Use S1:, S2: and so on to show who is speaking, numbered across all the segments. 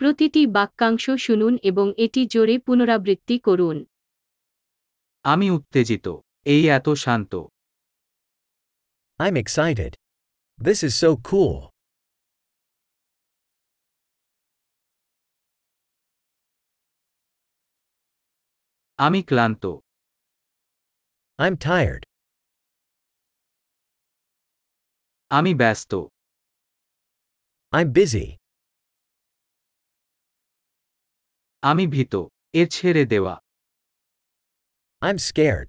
S1: প্রতিটি বাক্যাংশ শুনুন এবং এটি জোরে পুনরাবৃত্তি করুন
S2: আমি উত্তেজিত এই এত শান্ত
S3: I'm excited. This is so cool.
S2: আমি ক্লান্ত
S3: I'm tired.
S2: আমি ব্যস্ত
S3: I'm busy.
S2: আমি ভীত এ ছেড়ে দেওয়া
S3: I'm scared.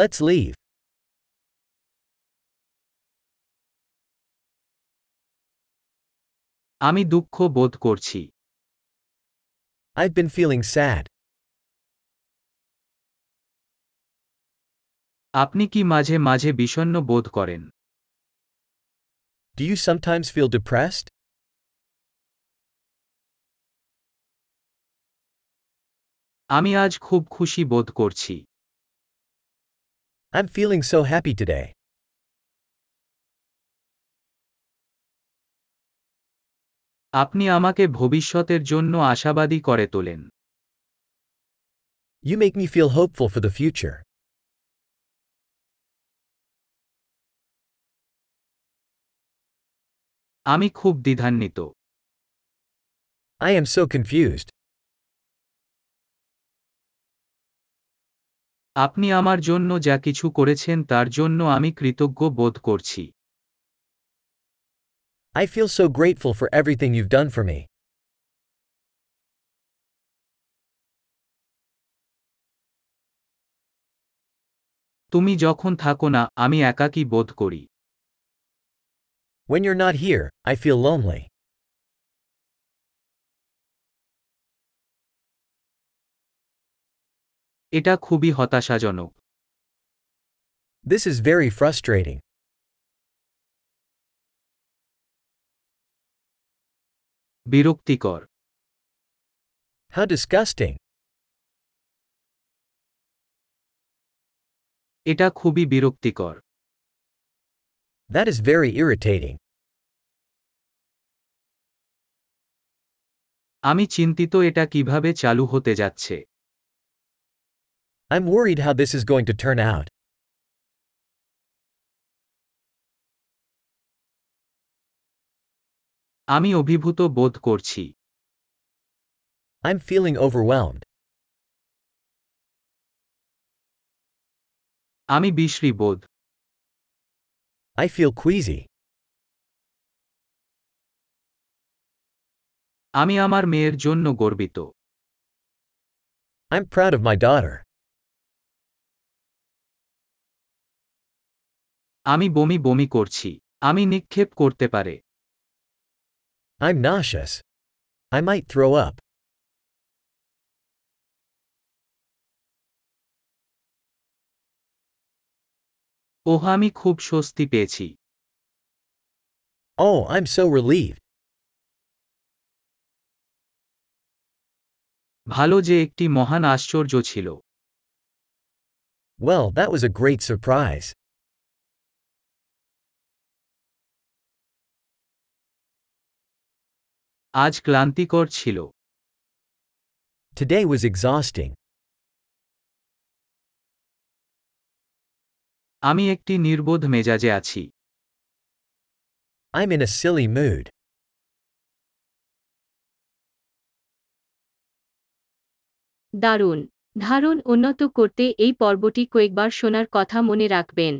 S3: Let's leave.
S2: আমি দুঃখ বোধ করছি
S3: I've been feeling sad.
S2: আপনি কি মাঝে মাঝে বিষণ্ণ বোধ করেন
S3: Do you sometimes feel depressed?
S2: আমি আজ খুব খুশি বোধ করছি
S3: I'm feeling so happy today.
S2: আপনি আমাকে ভবিষ্যতের জন্য আশাবাদী করে তোলেন
S3: You make me feel hopeful for the future.
S2: আমি খুব দ্বিধান্বিত
S3: I am so confused.
S2: আপনি আমার জন্য যা কিছু করেছেন তার জন্য আমি কৃতজ্ঞ বোধ করছি
S3: I feel so grateful for everything you've done for me.
S2: তুমি যখন থাকো না আমি একাকী বোধ করি
S3: When you're not here, I feel lonely.
S2: এটা খুবই হতাশাজনক
S3: This is very frustrating.
S2: বিরক্তিকর
S3: How disgusting.
S2: এটা খুবই বিরক্তিকর
S3: That is very irritating.
S2: আমি চিন্তিত এটা কিভাবে চালু হতে যাচ্ছে
S3: I'm worried how this is going to turn out.
S2: আমি অভিভূত বোধ করছি
S3: I'm feeling overwhelmed.
S2: আমি বিশ্রী বোধ
S3: I feel queasy.
S2: আমি আমার মেয়ের জন্য গর্বিত
S3: I'm proud of my daughter.
S2: আমি বমি বমি করছি আমি নিক্ষেপ করতে পারে
S3: I'm nauseous. I might throw up.
S2: ওহ আমি খুব স্বস্তি পেয়েছি
S3: Oh, I'm so relieved.
S2: ভালো যে একটি মহান আশ্চর্য ছিল
S3: Well, that was a great surprise.
S2: আজ ক্লান্তিকর ছিল
S3: Today was exhausting.
S2: আমি একটি নির্বোধ মেজাজে আছি
S3: I'm in a silly mood.
S1: দারুণ ধারণ উন্নত করতে এই পর্বটি কয়েকবার শোনার কথা মনে রাখবেন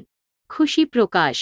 S1: খুশি প্রকাশ